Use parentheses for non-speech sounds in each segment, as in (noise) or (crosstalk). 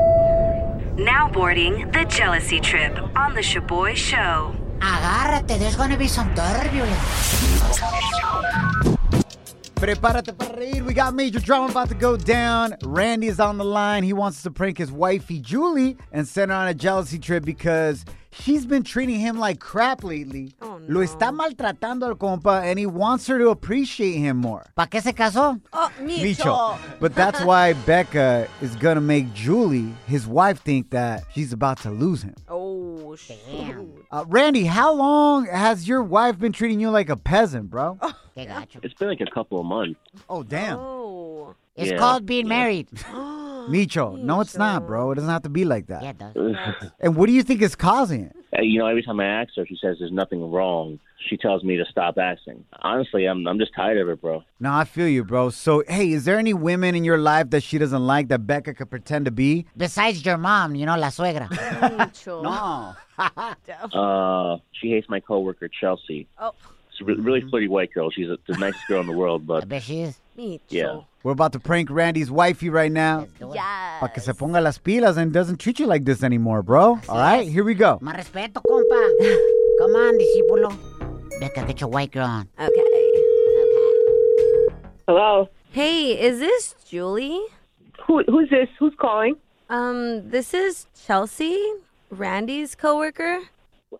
Now boarding the jealousy trip on the Shaboy Show. Agárrate, there's gonna be some turbulence. Prepárate para reír. We got major drama about to go down. Randy is on the line. He wants to prank his wifey, Julie, and send her on a jealousy trip because she's been treating him like crap lately. Oh, Lo está maltratando al compa, and he wants her to appreciate him more. ¿Para qué se casó? Oh, Micho. Micho. But (laughs) that's why Becca is gonna make Julie, his wife, think that she's about to lose him. Oh, Damn. shoot. Uh, Randy, how long has your wife been treating you like a peasant, bro? Oh, Qué gacho. It's been like a couple of months. damn. (laughs) Oh. It's Yeah. called being married. Micho, no, it's not, bro. It doesn't have to be like that. Yeah, it does. And what do you think is causing it? Uh, You know, every time I ask her, she says there's nothing wrong. She tells me to stop asking. Honestly, I'm I'm just tired of it, bro. No, I feel you, bro. So, hey, is there any women in your life that she doesn't like that Becca could pretend to be? Besides your mom, you know, la suegra. Micho. No. Uh, she hates my coworker Chelsea. Oh, She's a re- really Mm-hmm. flirty white girl. She's a, the nicest girl in the world, I but bet she is. Micho. Yeah. We're about to prank Randy's wifey right now. Let's do it. Yes. Pa' que se ponga las pilas and doesn't treat you like this anymore, bro. All right, here we go. Más respeto, compa. Come on, discípulo. Becca, get your white girl (laughs) on. Okay. Hello. Hey, is this Julie? Who who's this? Who's calling? Um, this is Chelsea, Randy's coworker.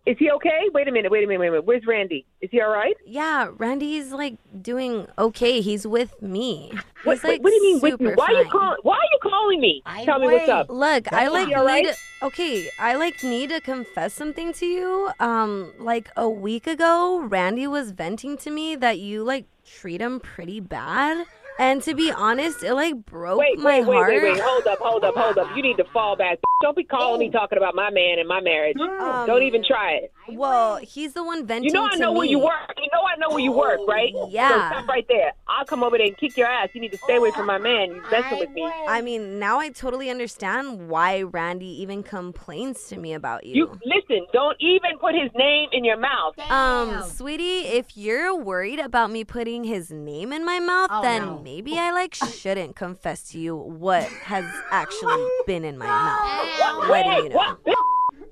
Is he okay? Wait a minute, wait a minute, wait a minute. Where's Randy? Is he all right? Yeah, Randy's like doing okay. He's with me. He's What, like what do you mean with me? super Why are you fine. calling why are you calling me? I Tell me what's wait. up. Look, I That's like all right. need okay, I like need to confess something to you. Um like a week ago, Randy was venting to me that you like treat him pretty bad. And to be honest, it like broke Wait, my wait, wait, heart. Oh. wait, wait. Hold up, hold up, hold up. You need to fall back. Don't be calling me talking about my man and my marriage. Um, Don't even try it. Well, he's the one venting You know I to know me. Oh, where you work. You know I know where you work, right? yeah. So stop right there. I'll come over there and kick your ass. You need to stay away from my man. You're messing with me. Oh, I mean, now I totally understand why Randy even complains to me about You listen, don't even put his name in your mouth. Um, sweetie, if you're worried about me putting his name in my mouth, then maybe I like shouldn't confess to you what has actually been in my mouth. What do Hey, you know? what?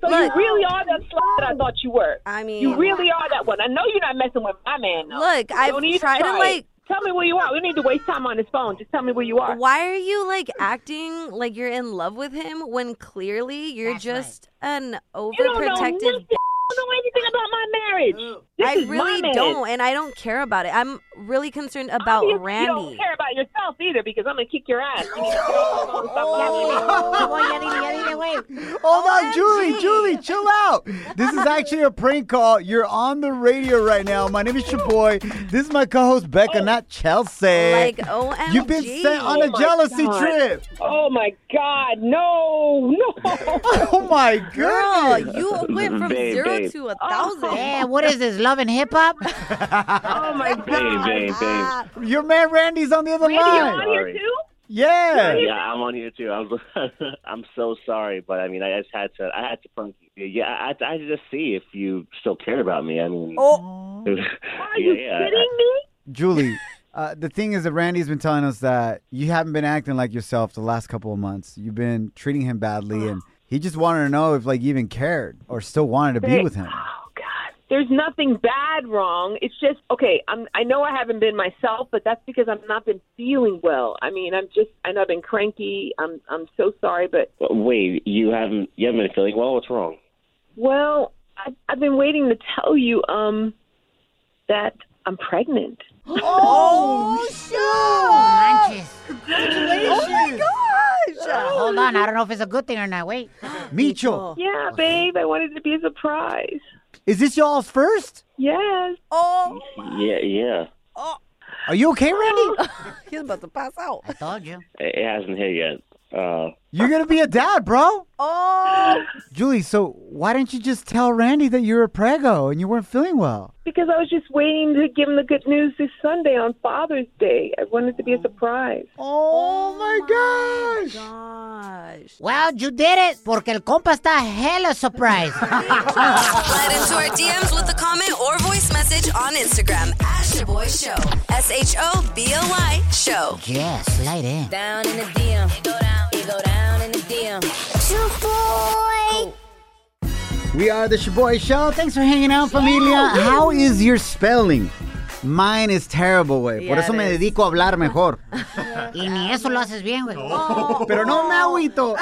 So Look. you really are that slut that I thought you were. I mean, You really are that one. I know you're not messing with my man. Though. Look, I've Don't even tried to, try it. like- Tell me where you are. We don't need to waste time on this phone. Just tell me where you are. why are you like acting like you're in love with him when clearly you're That's right. just an You don't know nothing. overprotective? You don't know anything about my marriage. This I is really my man. don't, and I don't care about it. I'm really concerned about Obviously, You Randy. don't care about yourself either because I'm gonna kick (laughs) your ass. You need to get off the phone and stop bothering me. Ya voy, Oh, ya dile, ya dile, güey. Hold on, Oh, Julie, Julie, chill out. This is actually a prank call. You're on the radio right now. My name is your boy. This is my co-host Becca, not Chelsea. Like, (laughs) OMG. You've been sent on Oh a my jealousy God. trip. (laughs) Oh my God! No, no. Oh my Girl, goodness. you went from Babe, zero babe. to a thousand. Yeah, Eh, what is this, love and hip hop? Oh my babe, God! babe, (laughs) babe. Your man Randy's on the other Randy, you're line. on here Sorry. too. Yeah. Yeah, I'm on here too. I'm (laughs) I'm so sorry, but I mean, I just had to. I had to punk you. Yeah, I I had to just see if you still cared about me. I mean, (laughs) Oh. Are you kidding me? Julie, uh, the thing is that Randy's been telling us that you haven't been acting like yourself the last couple of months. You've been treating him badly, and he just wanted to know if like you even cared or still wanted to be with (gasps) him. Oh God. There's nothing bad wrong. It's just okay. I'm. I know I haven't been myself, but that's because I've not been feeling well. I mean, I'm just. I know I've been cranky. I'm. I'm so sorry, but Wait, you haven't you haven't been feeling well. What's wrong? well, I, I've been waiting to tell you um that I'm pregnant. Oh. Manches. gosh. Hold on, I don't know if it's a good thing or not. Wait. Micho, Yeah, babe. I wanted to be a surprise. is this y'all's first? Yes. Oh, Yeah, yeah. Are you okay, Randy? he's about to pass out. I told you. It it hasn't hit yet. Uh, You're gonna be a dad, bro. Oh, Julie, so why didn't you just tell Randy that you were a prego and you weren't feeling well? Because I was just waiting to give him the good news this Sunday on Father's Day. I wanted it to be a surprise. Oh, my gosh! gosh. Wow, you did it. Porque el compa está hella (laughs) surprised. Slide into our DMs with a comment or voice message on Instagram at Shaboy Show. S H O B O Y Show. yes, slide in. Down in the DM. It go down. It go down in the DM. We are the Shaboy Show. Thanks for hanging out, familia. How is your spelling? Mine is terrible, güey. Por Yeah, eso it me is. dedico a hablar (laughs) mejor. Y ni eso lo haces bien, güey. Pero no me agüito.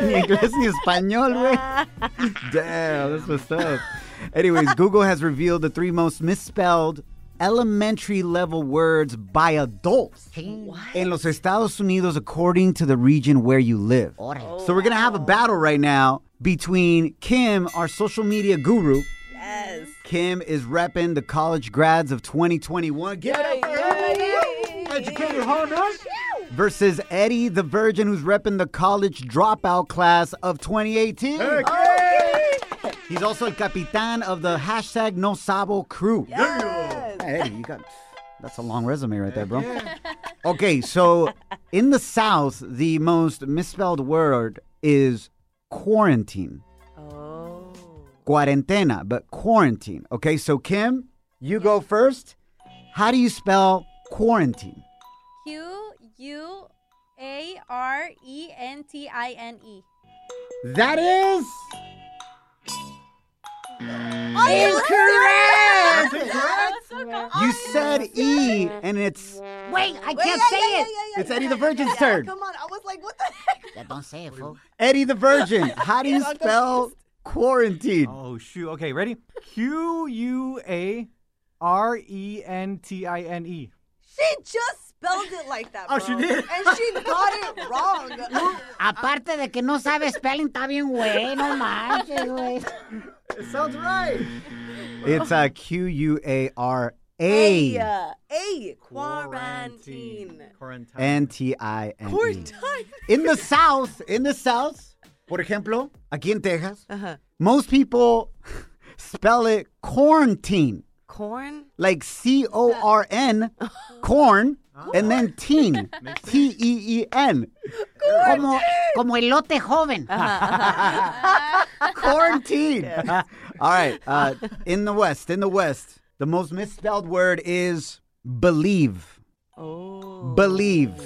(laughs) Ni inglés ni español, güey. (laughs) Damn, that's what's up. Anyways, Google has revealed the three most misspelled elementary level words by adults in los Estados Unidos according to the region where you live. Órale. So we're gonna have a battle right now between Kim, our social media guru. Yes. Kim is repping the college grads of 2021. Give it up for her. Educated Honduras. Versus Eddie the Virgin, who's repping the college dropout class of 2018. He's also el capitan of the hashtag No Sabo crew. Eddie, you got that's a long resume right there, bro. Okay, so in the South, the most misspelled word is quarantine. Oh. Cuarentena, but quarantine. Okay, so Kim, you go first. How do you spell quarantine? Q U A R E N T I N E. That is incorrect. You said E, and it's Wait, I can't say it. it's Eddie the Virgin's turn. on, I was like, what the heck? Yeah, uh, don't say it, fool. Eddie the (laughs) Virgin. How do you spell quarantine? Oh shoot. Okay, ready? Q U A R E N T I N E. She just spelled it like that. Oh, she bro. did? And she got it wrong. uh, Aparte de que no (laughs) sabe spelling, está bien, güey. No manches, (laughs) güey. It sounds right. It's a Q U A R uh, A A quarantine. Quarantine. N T I N E. In the South, in the South, por ejemplo, aquí en Texas, Uh-huh. most people spell it quarantine, Corn? like C O R (laughs) N, corn, and then teen, T E E N. Como, como elote joven. Quarantine. (laughs) All right. Uh, in the West, in the West, the most misspelled word is believe. Oh. Believe. That's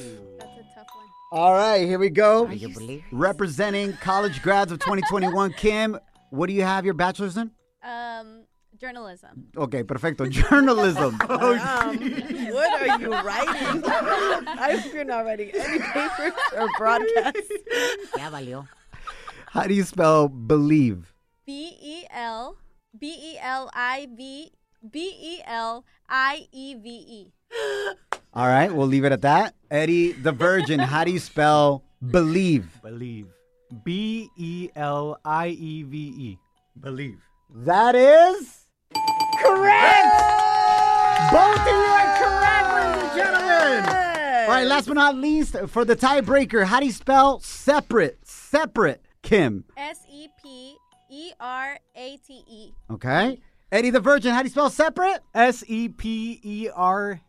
a tough one. All right, here we go. Do you believe? Representing college grads of 2021, Kim, what do you have your bachelor's in? Um, journalism. Okay, perfecto. (laughs) (laughs) Journalism. Oh, What are you writing? I hope you're not writing any papers or broadcasts. Ya valió. How do you spell believe? B E L B E L I V B E L I E V E. All right, we'll leave it at that. Eddie the Virgin, how do you spell believe? Believe. B E L I E V E. Believe. That is correct. Both of you are correct, ladies and gentlemen. All right, last but not least, for the tiebreaker, how do you spell separate? Separate, Kim. S E P E R A T E. Okay. Eddie the Virgin, how do you spell separate? S E P E R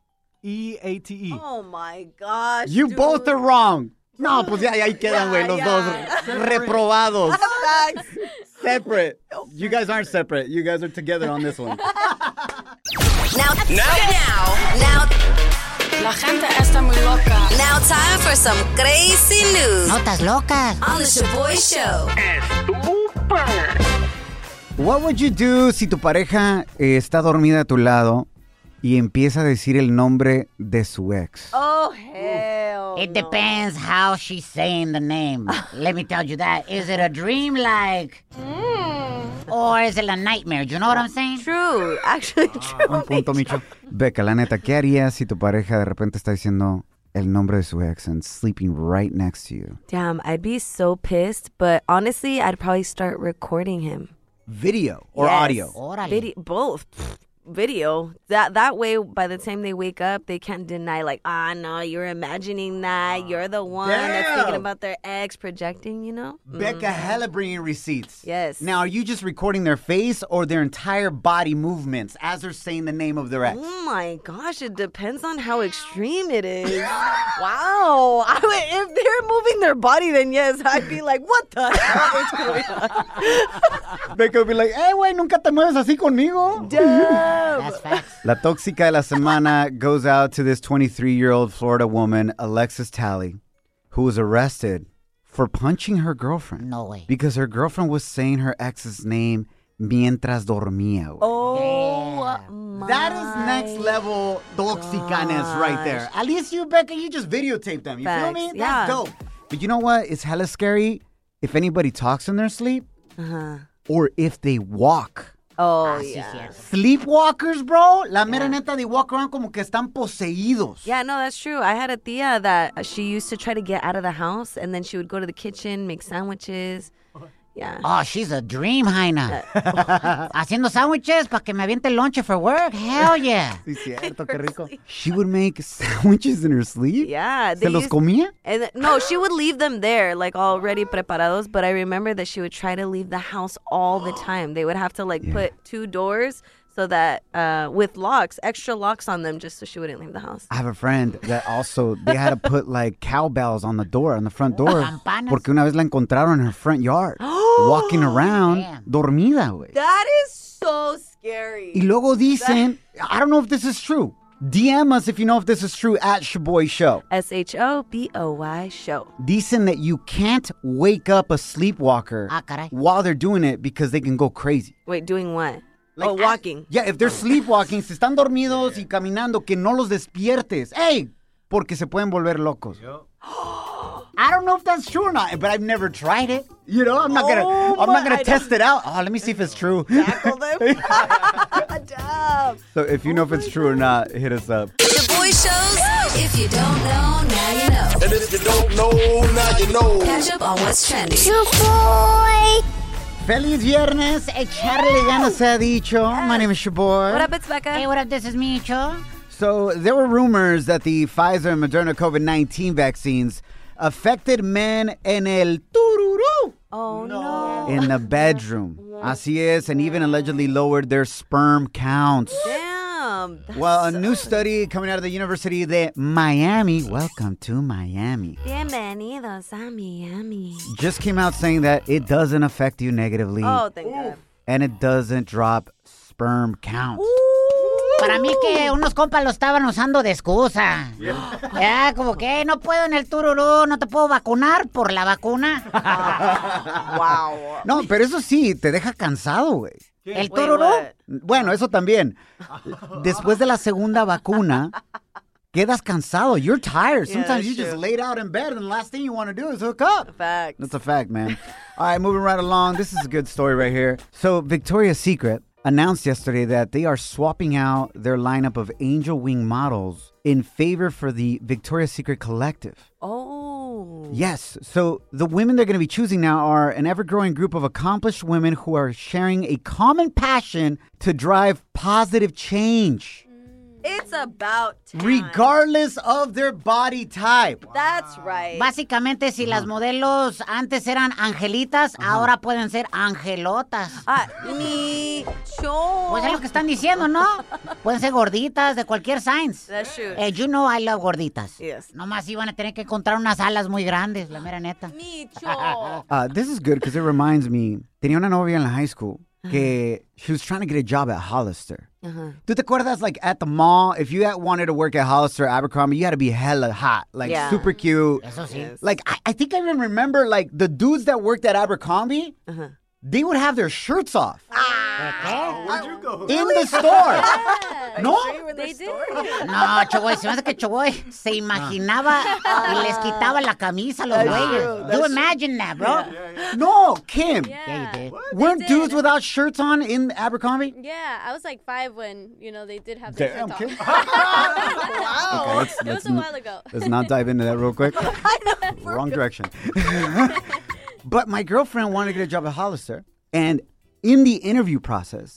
E A T E. Oh my gosh. You dude. both are wrong. No, pues ya, ya ahí quedan, güey, los ya. dos (laughs) reprobados. Facts. Separate. You guys aren't separate. You guys are together on this one. Now, now, now, now, La gente está muy loca. now, time for some crazy news Notas locas. on the Shaboy Show. What would you do si tu pareja eh, está dormida a tu lado y empieza a decir el nombre de su ex? Oh, hell. It no. depends how she's saying the name. (laughs) Let me tell you that. Is it a dream like? Or is it a nightmare? Do you know what I'm saying? True. Actually, (laughs) Ah, Un true. punto, Micho. Beca, la neta, ¿qué harías si tu pareja de repente está diciendo el nombre de su ex and sleeping right next to you? Damn, I'd be so pissed, but honestly, I'd probably start recording him. Video or Yes. audio? Órale. Video, both. Pfft, video. That that way, by the time they wake up, they can't deny like, ah, no, you're imagining that. You're the one that's thinking damn. about their ex, projecting. You know. Mm. Becca hella bringing receipts. Yes. Now, are you just recording their face or their entire body movements as they're saying the name of their ex? Oh my gosh, it depends on how extreme it (laughs) is. wow. I would, if they're moving their body, then yes, I'd be like, what the hell (laughs) is going on? Becca would be like, hey, güey, nunca te mueves así conmigo. That's facts. La tóxica de la semana goes out to this 23 year old Florida woman, Alexis Talley, who was arrested for punching her girlfriend. No (laughs) way. Because her girlfriend was saying her ex's name mientras dormía. güey. uh, Oh my. That is next level toxicaness right there. At least you, Becca, you just videotape them. You feel Facts, me? That's yeah. dope. But you know what? It's hella scary if anybody talks in their sleep Uh-huh. or if they walk. Oh, Ah, Sí, yeah. cierto. Sleepwalkers, bro. La mera neta, they walk around como que están poseídos. Yeah, no, that's true. I had a tia that she used to try to get out of the house, and then she would go to the kitchen, make sandwiches. Yeah. Oh, she's a dream, Jaina. (laughs) Haciendo sándwiches para que me aviente el lonche for work. Hell (laughs) yeah. Sí, cierto, qué rico. She would make sandwiches in her sleep. Yeah. Se los used- comía? And th- no, she would leave them there, like already preparados. But I remember that she would try to leave the house all the time. They would have to like put two doors so that uh, with locks, extra locks on them, just so she wouldn't leave the house. I have a friend that also they had to put like cowbells on the door on the front door Campanas. porque una vez la encontraron in her front yard walking around Damn. dormida, güey. That is so scary. Y luego dicen, I don't know if this is true. DM us if you know if this is true at Shaboy Show. S H O B O Y show. Dicen that you can't wake up a sleepwalker Ah, caray. while they're doing it because they can go crazy. Wait, doing what? oh, Like, walking. Yeah, if they're sleepwalking, si están dormidos y caminando, que no los despiertes. ¡Ey! Porque se pueden volver locos. (gasps) I don't know if that's true or not, but I've never tried it. You know, I'm not gonna, I'm not gonna test it out. Oh, let me see if it's true. Oh Tackle them. (laughs) Damn. Oh so if you know if it's true or not, hit us up. The boy shows. If you don't know, now you know. And if you don't know, now you know. Catch up on what's trending. Feliz viernes, echarle ganas se ha dicho. My name is your boy. What up, it's Becca. Hey, what up? This is Micho. So there were rumors that the Pfizer and Moderna COVID-19 vaccines affected men en el tururú. oh no. in the bedroom. Así es, and even allegedly lowered their sperm counts. Damn. Well, a new study coming out of the University de Miami, welcome to Miami, Bienvenidos a Miami. just came out saying that it doesn't affect you negatively Oh, thank God. and it doesn't drop sperm counts. Para mí que unos compas lo estaban usando de excusa. Ya, como que no puedo en el tururú, no te puedo vacunar por la vacuna. Wow. No, pero eso sí, te deja cansado, güey. El Wait, tururú. what? Bueno, eso también. Después de la segunda vacuna, quedas cansado. You're tired. Yeah, Sometimes that's you just true. laid out in bed, and the last thing you want to do is hook up. Facts. That's a fact, man. All right, moving right along. This is a good story right here. So, Victoria's Secret announced yesterday that they are swapping out their lineup of angel wing models in favor for the Victoria's Secret collective. Oh. Yes. So, the women they're going to be choosing now are an ever growing group of accomplished women who are sharing a common passion to drive positive change, It's about time. regardless of their body type. That's right. Básicamente, si las modelos antes eran angelitas, ahora pueden ser angelotas. Ah, mi Pues es lo show. que están (laughs) diciendo, ¿no? Pueden ser gorditas, de cualquier science. That's true. Eh, you know I love gorditas. Eh. Yes. Nomás iban a tener que encontrar unas alas muy grandes, la mera neta. Me Micho. Uh, this is good because it reminds me. Tenía una novia in high school que she was trying to get a job at Hollister. Uh-huh. Do te acuerdas, like at the mall, if you had wanted to work at Hollister, Abercrombie, you had to be hella hot, like Yeah. super cute. Eso sí. Like I, I think I even remember, like the dudes that worked at Abercrombie, Uh-huh. they would have their shirts off Ah. Where'd you go? in the (laughs) store. no, They did. No, Choboy, se me hace que Choboy se imaginaba y les quitaba la camisa a los güeyes. You imagine that, bro. no, Kim, Yeah, you did. weren't dudes without shirts on in Abercrombie? Yeah, I was like five when you know they did have their Damn, shirts Kim. (laughs) (laughs) off. Okay, let's- It let's was a n- while ago. Let's not dive into that real (laughs) quick. Wrong direction. but my girlfriend wanted to get a job at Hollister, and in the interview process,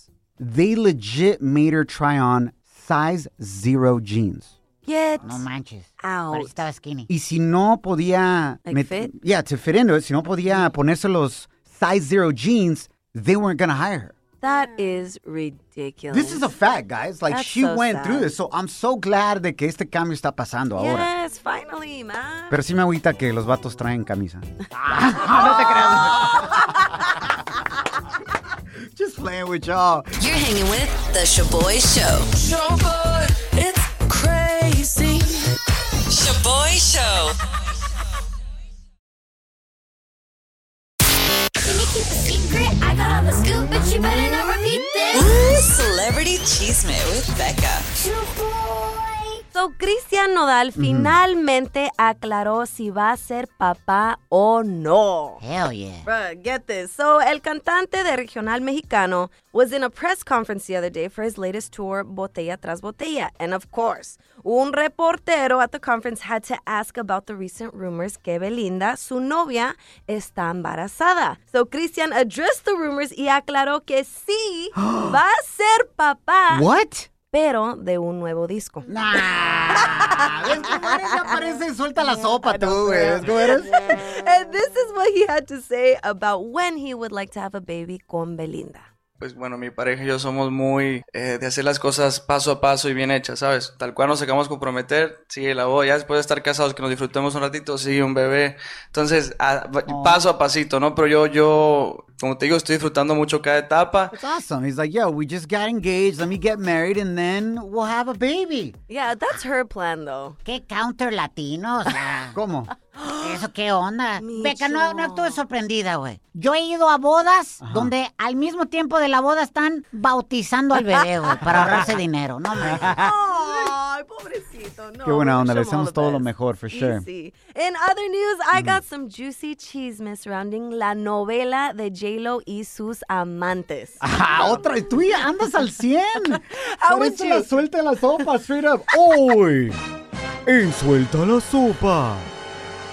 They legit made her try on size zero jeans. Get No manches. out. But estaba skinny. Y si no podía. Like met- fit? Yeah, to fit into it. Si no podía ponerse los size zero jeans, they weren't going to hire her. That is ridiculous. This is a fact, guys. Like, That's she so went sad. through this. So I'm so glad de que este cambio está pasando ahora. Yes, finally, man. Pero sí me agüita que los vatos traen camisa. Just playing with y'all. You're hanging with The Shaboy Show. Showboy, it's crazy. Shaboy Show. Ooh, Celebrity Cheesemate with Becca. So, Cristian Nodal finalmente aclaró si va a ser papá o no. Hell yeah. Bruh, get this. So, el cantante de Regional Mexicano was in a press conference the other day for his latest tour, Botella Tras Botella. And of course, un reportero at the conference had to ask about the recent rumors que Belinda, su novia, está embarazada. So, Christian addressed the rumors y aclaró que sí va a ser papá, What? pero de un nuevo disco. Nah. ¿Ves cómo eres? Ya parece suelta la sopa tú, güey. ¿Ves cómo eres? (laughs) and this is what he had to say about when he would like to have a baby con Belinda. Pues bueno, mi pareja y yo somos muy eh, de hacer las cosas paso a paso y bien hechas, ¿sabes? Tal cual nos acabamos de comprometer, sí, la voy, ya después de estar casados, que nos disfrutemos un ratito, sí, un bebé. Entonces, a- va- paso a pasito, ¿no? Pero yo, yo, como te digo, estoy disfrutando mucho cada etapa. It's awesome. He's like, yo, we just got engaged. Let me get married and then we'll have a baby. Yeah, that's her plan though. Qué counter latino, o sea. (gasps) ¿Cómo? ¿Eso qué onda? Micho. Beca, no, no actúes sorprendida, güey. Yo he ido a bodas donde al mismo tiempo de la boda están bautizando al bebé, güey, para ahorrarse dinero. No, hombre. (laughs) Ay, pobrecito. No, Qué buena we onda. Le wish him all deseamos the todo lo best. mejor, for sure. Mm. Easy. In other news, I got some juicy chismes surrounding la novela de J-Lo y sus amantes. Ah, otra. Tú ya andas al 100. How Por would eso you? la suelta la sopa, straight up. Hoy, en Suelta la Sopa,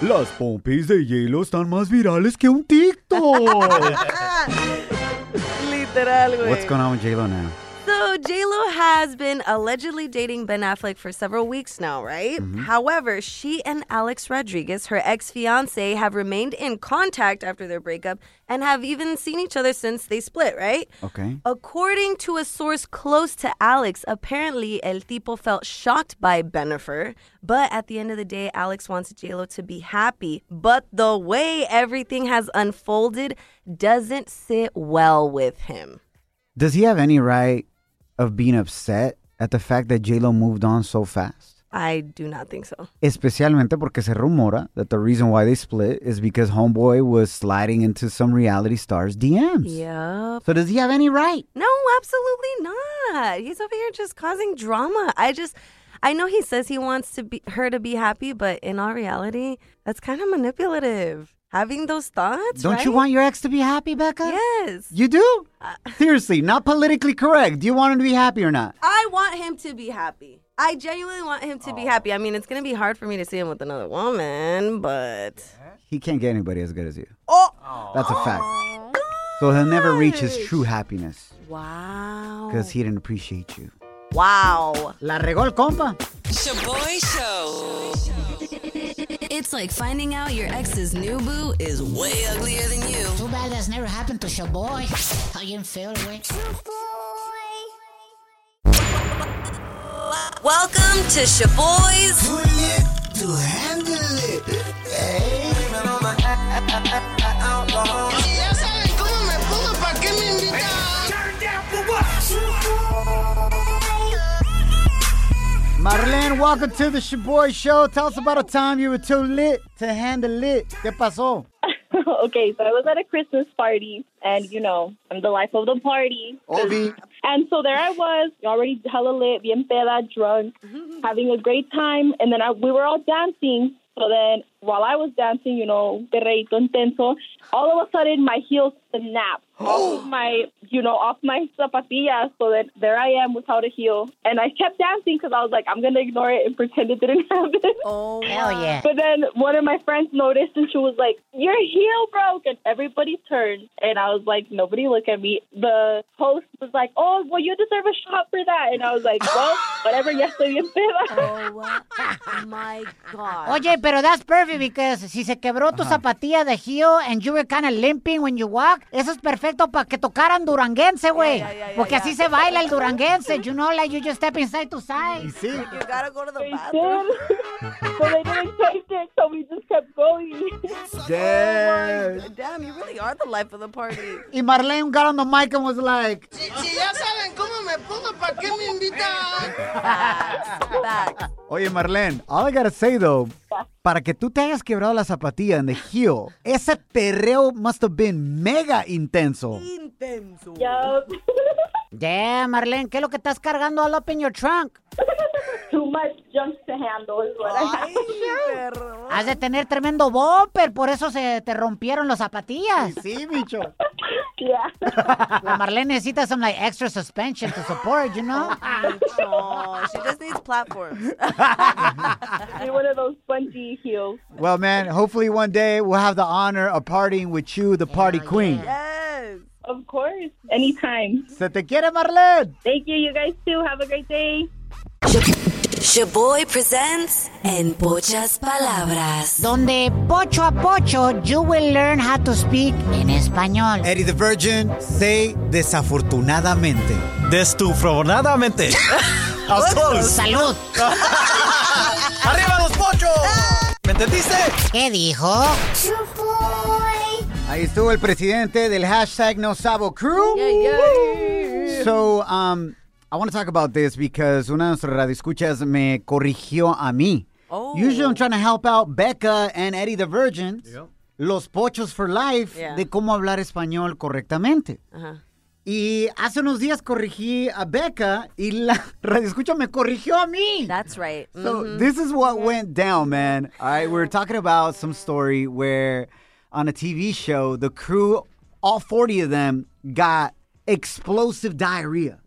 las pompis de hielo están más virales que un TikTok. Literal, güey. What's going on with J-Lo now? So J-Lo has been allegedly dating Ben Affleck for several weeks now, right? Mm-hmm. However, she and Alex Rodriguez, her ex-fiance, have remained in contact after their breakup and have even seen each other since they split, right? Okay. According to a source close to Alex, apparently El Tipo felt shocked by Benifer, but at the end of the day, Alex wants JLo to be happy. But the way everything has unfolded doesn't sit well with him. Does he have any right of being upset at the fact that J-Lo moved on so fast? I do not think so. Especialmente porque se rumora that the reason why they split is because Homeboy was sliding into some reality star's DMs. Yep. So does he have any right? No, absolutely not. He's over here just causing drama. I just, I know he says he wants to be her to be happy, but in all reality, that's kind of manipulative. Having those thoughts, Don't you right? want your ex to be happy, Becca? Yes. Uh, You do? Seriously, not politically correct. Do you want him to be happy or not? I want him to be happy. I genuinely want him to be happy. I mean, it's gonna be hard for me to see him with another woman, but He can't get anybody as good as you. oh, That's a fact. So he'll never reach his true happiness wow, because he didn't appreciate you. wow. La regó el compa. Shaboy Show. It's like finding out your ex's new boo is way uglier than you. Too bad that's never happened to your boy. How you feel, güey? Welcome to Shaboy's Ya saben cómo me pongo, ¿para qué me invitan? Marlene, welcome to the Shaboy Show. Tell us about a time you were too lit to handle it. ¿Qué pasó? (laughs) okay, so I was at a Christmas party, and you know, I'm the life of the party. Obi. And so there I was, already hella lit, bien peda, drunk, having a great time. And then I, we were all dancing. So then while I was dancing, you know, perreito intenso, all of a sudden my heels snapped. All of my, you know, off my zapatillas. So that there I am without a heel. And I kept dancing because I was like, I'm going to ignore it and pretend it didn't (laughs) happen. Oh, hell yeah. But then one of my friends noticed and she was like, Your heel broke. And everybody turned. And I was like, Nobody look at me. The host was like, Oh, well, you deserve a shot for that. And I was like, Well, whatever, yes, I am. Oh, my God. Oye, pero that's perfect because si se quebró tu zapatilla de heel and you were kind of limping when you walk, eso es perfecto para que tocaran duranguense, güey. Porque así se baila el duranguense, you know, like you just step inside to side. You gotta go to the (laughs) bathroom. but they didn't take it, so we just kept going. Damn. Oh my- Damn, you really are the life of the party. Y Marlene got on the mic and was like, Si ya saben cómo me pongo, ¿para qué me invitan? Oye, Marlene, all I gotta say though, para que tú te hayas quebrado la zapatilla en the heel, ese perreo must have been mega intenso. Intenso. Damn, Marlene, ¿qué es lo que estás cargando all up in your trunk? Too much junk to handle is what I have. Has de tener tremendo bumper, por eso se te rompieron las zapatillas. (laughs) Sí, bicho. Yeah. La Marlene necesita some like extra suspension to support, you know? Oh, she just needs platforms. You're one of those spongy heels. Well, man, hopefully one day we'll have the honor of partying with you, the party queen. Yes. Of course. Anytime. Se te quiere, Marlene. Thank you. You guys too. Have a great day. Shaboy presents En Pochas Palabras. Donde pocho a pocho, you will learn how to speak en español. Eddie the Virgin, say desafortunadamente. Desafortunadamente. (laughs) Eh, Salud. ¡Arriba los pochos! ¿Me entendiste? ¿Qué dijo? Ahí estuvo el presidente del hashtag No Sabo Crew. So, um, I want to talk about this because una de nuestras radioescuchas me corrigió a mí. Oh. Usually I'm trying to help out Becca and Eddie the Virgin, los pochos for life, Yeah. de cómo hablar español correctamente. Ajá. Y hace unos días corrigí a Becca y la (laughs) radioescucha me corrigió a mí. (laughs) That's right. So Mhm. this is what went down, man. All right, (laughs) we we're talking about some story where on a TV show, the crew, all 40 of them, got explosive diarrhea.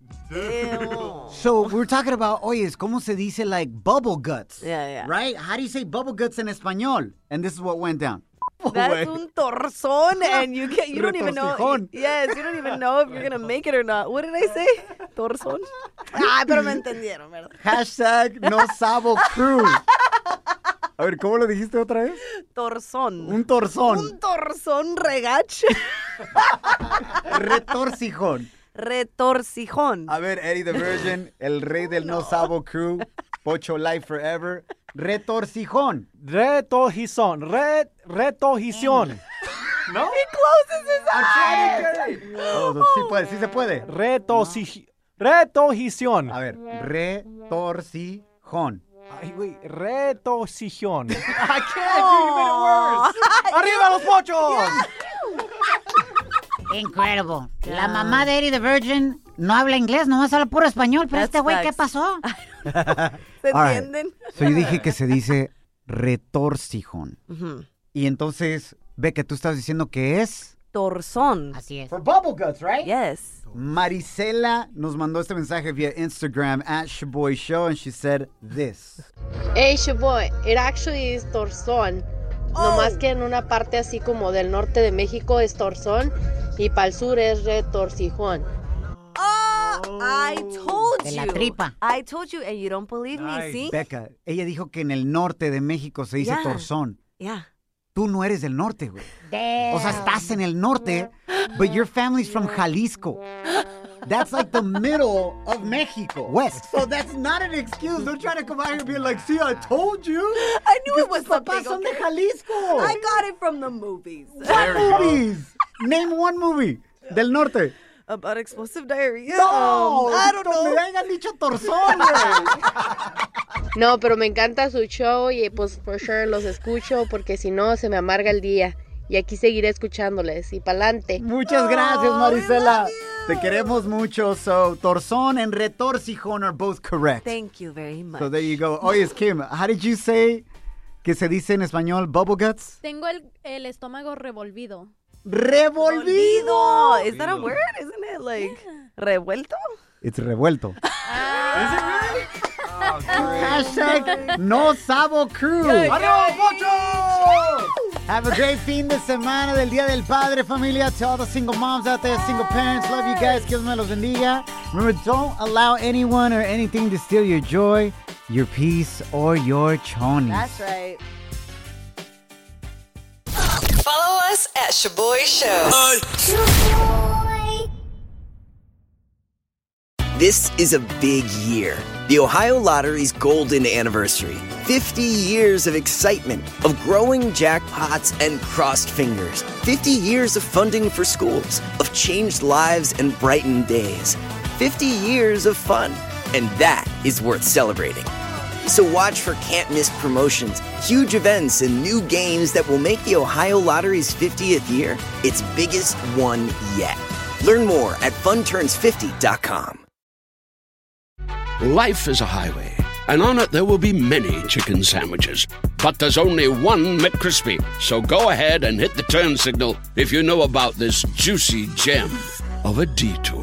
So we we're talking about, oye, ¿cómo se dice like bubble guts? Yeah, yeah. Right? How do you say bubble guts in español? And this is what went down. That's un (laughs) torzón, and you get you don't even know. Retorcijón. Yes, you don't even know if you're gonna make it or not. What did I say? Torzón. Ah, pero me (laughs) entendieron, ¿verdad? Hashtag no sabo (laughs) crew. A ver, ¿cómo lo dijiste otra vez? Torzón. Un torzón. Un torzón (laughs) regache. Retorcijón. Retorcijón. A ver, Eddie the Virgin, el rey del no, sabo crew, Pocho Life Forever, retorcijón. Retojizón. Re, retojizón. (laughs) ¿No? He closes his I'm eyes. trying to get it. Oh, sí puede, sí se puede. Retojizón. Retojizón. A ver, retorcijón. Ay, güey. (laughs) Retojizón. I (laughs) can't. ¡Arriba los pochos! Incredible. La mamá de Eddie the Virgin no habla inglés, nomás habla puro español. Pero este güey, ¿qué facts. pasó? ¿Se All right. entienden? So yo dije que se dice retorcijón. Ujú. Y entonces, ve que tú estás diciendo que es. Torzón. Así es. For bubble guts, right? Yes. Maricela nos mandó este mensaje via Instagram at Shaboy Show and she said this. Hey, Sheboy, it actually is torzón. Oh. Nomás que en una parte así como del norte de México es torzón y para el sur es retorcijón. Oh, I told De you. la tripa. I told you, and you don't believe me, ¿sí? Becca, ella dijo que en el norte de México se dice Yeah. torzón. Yeah. Tú no eres del norte, güey. O sea, estás en el norte, but your family's from Jalisco. That's like the middle of Mexico. West. So that's not an excuse. Don't try to come out here being like, see, I told you. I knew it was something. Papás son de okay? Jalisco. I got it from the movies. What movies? Name one movie del norte. About explosive diarrhea. No, Um, I don't no me know. hayan dicho torzón, (laughs) güey. No, pero me encanta su show y pues por sure los escucho porque si no se me amarga el día. Y aquí seguiré escuchándoles y pa'lante. Oh, Muchas gracias, Marisela. Te queremos mucho. So, torzón and retorcijón are both correct. Thank you very much. So there you go. Oye, es Kim, how did you say que se dice en español bubble guts? Tengo el, el estómago revolvido. revolvido. Is that a word? Isn't it like revuelto? It's revuelto. Hashtag Hashtag no sabo crew. ¡Arriba, Have a great fin de semana del Día del Padre, familia. To all the single moms out there, single parents, love you guys. Dios me los bendiga. Remember, don't allow anyone or anything to steal your joy, your peace, or your chonies. That's right. Follow us at Shaboy Show. Ay. This is a big year. The Ohio Lottery's golden anniversary. 50 years of excitement, of growing jackpots and crossed fingers. 50 years of funding for schools, of changed lives and brightened days. 50 years of fun. And that is worth celebrating. So watch for can't miss promotions, huge events, and new games that will make the Ohio Lottery's 50th year its biggest one yet. Learn more at funturns50.com. Life is a highway, and on it there will be many chicken sandwiches. But there's only one McCrispy. So go ahead and hit the turn signal if you know about this juicy gem of a detour.